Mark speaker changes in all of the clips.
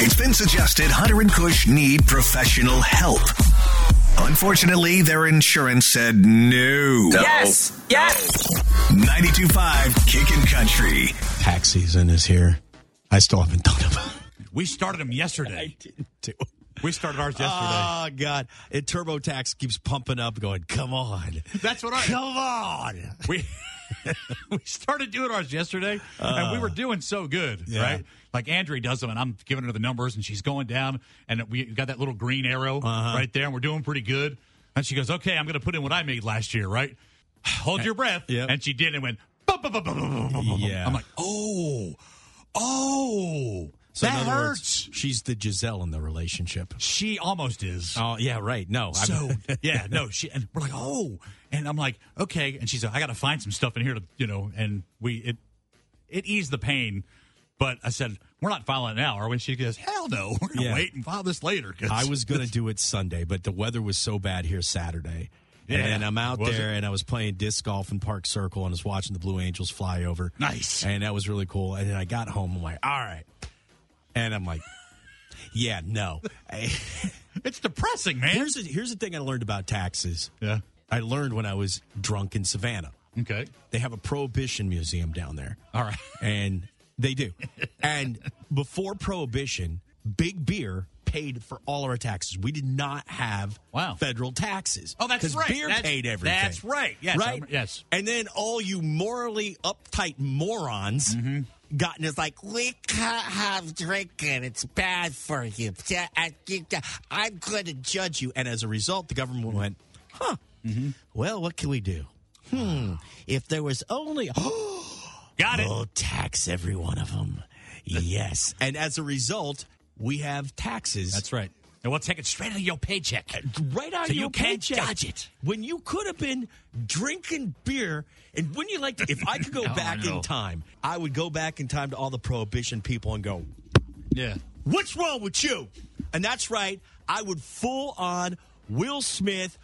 Speaker 1: It's been suggested Hunter and Cush need professional help. Unfortunately, their insurance said no.
Speaker 2: Yes. Yes.
Speaker 1: 92.5 Kickin' Country.
Speaker 3: Tax season is here. I still haven't done it.
Speaker 4: We started them yesterday.
Speaker 3: Too.
Speaker 4: We started ours yesterday.
Speaker 3: Oh God! It TurboTax keeps pumping up, going. Come on,
Speaker 4: That's what I.
Speaker 3: come on.
Speaker 4: we we started doing ours yesterday, and we were doing so good,
Speaker 3: Uh. Yeah.
Speaker 4: right? Like Andrea does them, and I'm giving her the numbers, and she's going down, and we got that little green arrow
Speaker 3: Uh-huh.
Speaker 4: right there, and we're doing pretty good. And she goes, "Okay, I'm going to put in what I made last year, right? Hold your breath."
Speaker 3: Yep.
Speaker 4: And she did, and went. "Bum, bum, bum, bum, bum, bum, bum, bum."
Speaker 3: Yeah.
Speaker 4: I'm like, oh, oh,
Speaker 3: So in
Speaker 4: that
Speaker 3: other
Speaker 4: hurts.
Speaker 3: words, she's the Giselle in the relationship.
Speaker 4: she almost is.
Speaker 3: Oh yeah, right. No, I'm-
Speaker 4: So yeah, no, she and we're like, oh, and I'm like, okay, and she's like, I got to find some stuff in here to, you know, and we it it eased the pain, but I said we're not filing it now, are we? She goes, hell no, we're gonna
Speaker 3: Yeah.
Speaker 4: wait and file this later. 'cause-
Speaker 3: I was going to do it Sunday, but the weather was so bad here Saturday.
Speaker 4: Yeah.
Speaker 3: and I'm out
Speaker 4: Was
Speaker 3: there
Speaker 4: it?
Speaker 3: and I was playing disc golf in Park Circle and I was watching the Blue Angels fly over.
Speaker 4: Nice.
Speaker 3: And that was really cool. And then I got home. I'm like, all right. And I'm like, yeah, no.
Speaker 4: it's depressing, man.
Speaker 3: Here's the, here's the thing I learned about taxes.
Speaker 4: yeah,
Speaker 3: I learned when I was drunk in Savannah.
Speaker 4: okay,
Speaker 3: They have a prohibition museum down there.
Speaker 4: all right,
Speaker 3: And they do. and before prohibition, big beer paid for all our taxes. We did not have
Speaker 4: Wow.
Speaker 3: federal taxes.
Speaker 4: Oh, that's
Speaker 3: 'Cause
Speaker 4: right.
Speaker 3: Beer
Speaker 4: That's-
Speaker 3: paid everything.
Speaker 4: that's right. Yes, I
Speaker 3: Right.
Speaker 4: remember- yes.
Speaker 3: And then all you morally uptight morons.
Speaker 4: Mm-hmm.
Speaker 3: Got in it's like
Speaker 5: We can't have drinking. It's bad for you. I think that-
Speaker 3: I'm going to judge you, and as a result, the government went, huh?
Speaker 4: Mm-hmm.
Speaker 3: Well, what can we do? Hmm. If there was only
Speaker 4: got it.
Speaker 3: We'll tax every one of them. Yes. and as a result, we have taxes.
Speaker 4: That's right. And we'll take it straight out of your paycheck.
Speaker 3: right out
Speaker 4: So
Speaker 3: of your
Speaker 4: you can't
Speaker 3: paycheck.
Speaker 4: dodge it.
Speaker 3: When you could have been drinking beer, and wouldn't you like to, if I could go
Speaker 4: Oh,
Speaker 3: back
Speaker 4: no.
Speaker 3: in time, I would go back in time to all the prohibition people and go,
Speaker 4: Yeah,
Speaker 3: What's wrong with you? And that's right. I would full on Will Smith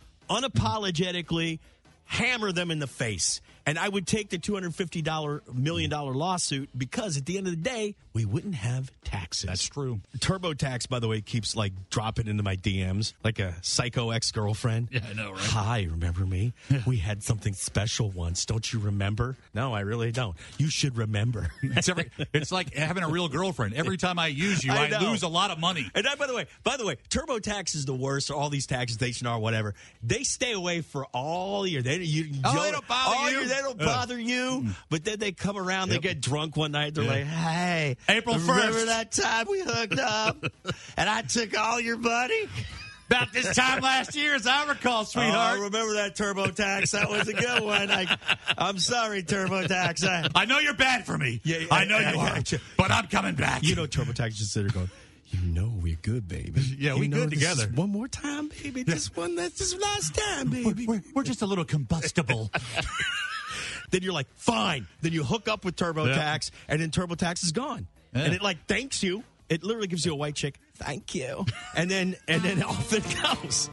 Speaker 3: unapologetically hammer them in the face. And I would take the $250 million lawsuit because at the end of the day, we wouldn't have taxes.
Speaker 4: that's true.
Speaker 3: TurboTax, by the way, keeps like dropping into my DMs like a psycho ex girlfriend.
Speaker 4: Yeah, I know, right?
Speaker 3: Hi, remember me? We had something special once. Don't you remember? No, I really don't. You should remember.
Speaker 4: It's every. It's like having a real girlfriend. Every time I use you,
Speaker 3: I
Speaker 4: I,
Speaker 3: know.
Speaker 4: lose a lot of money.
Speaker 3: And that, by the way, by the way, TurboTax is the worst. All these taxes, H&R, whatever. They stay away for all year. They, you,
Speaker 4: Oh, they don't bother
Speaker 3: all
Speaker 4: you?
Speaker 3: Year, they don't
Speaker 4: Ugh.
Speaker 3: bother you. But then they come around. They get drunk one night. They're
Speaker 4: Yeah.
Speaker 3: like, "Hey,
Speaker 4: April
Speaker 3: remember
Speaker 4: 1st.
Speaker 3: that time we hooked up, and I took all your money?
Speaker 4: About this time last year, as I
Speaker 3: Oh,
Speaker 4: recall,
Speaker 3: I
Speaker 4: sweetheart.
Speaker 3: remember that TurboTax. That was a good one. I, I'm sorry, TurboTax. I,
Speaker 4: I know you're bad for me.
Speaker 3: Yeah, yeah,
Speaker 4: I know
Speaker 3: yeah,
Speaker 4: you
Speaker 3: yeah,
Speaker 4: are.
Speaker 3: yeah.
Speaker 4: But I'm coming back.
Speaker 3: you know, TurboTax just sitting there going." You know we're good, baby.
Speaker 4: Yeah,
Speaker 3: You
Speaker 4: we
Speaker 3: know
Speaker 4: good
Speaker 3: this is
Speaker 4: together.
Speaker 3: One more time, baby. Just one. That's just last time, baby.
Speaker 4: we're, we're just a little combustible.
Speaker 3: then you're like, fine. Then you hook up with TurboTax, and then TurboTax is gone,
Speaker 4: Yeah.
Speaker 3: and it like thanks you. It literally gives you a white chick, thank you, and then and then off it goes.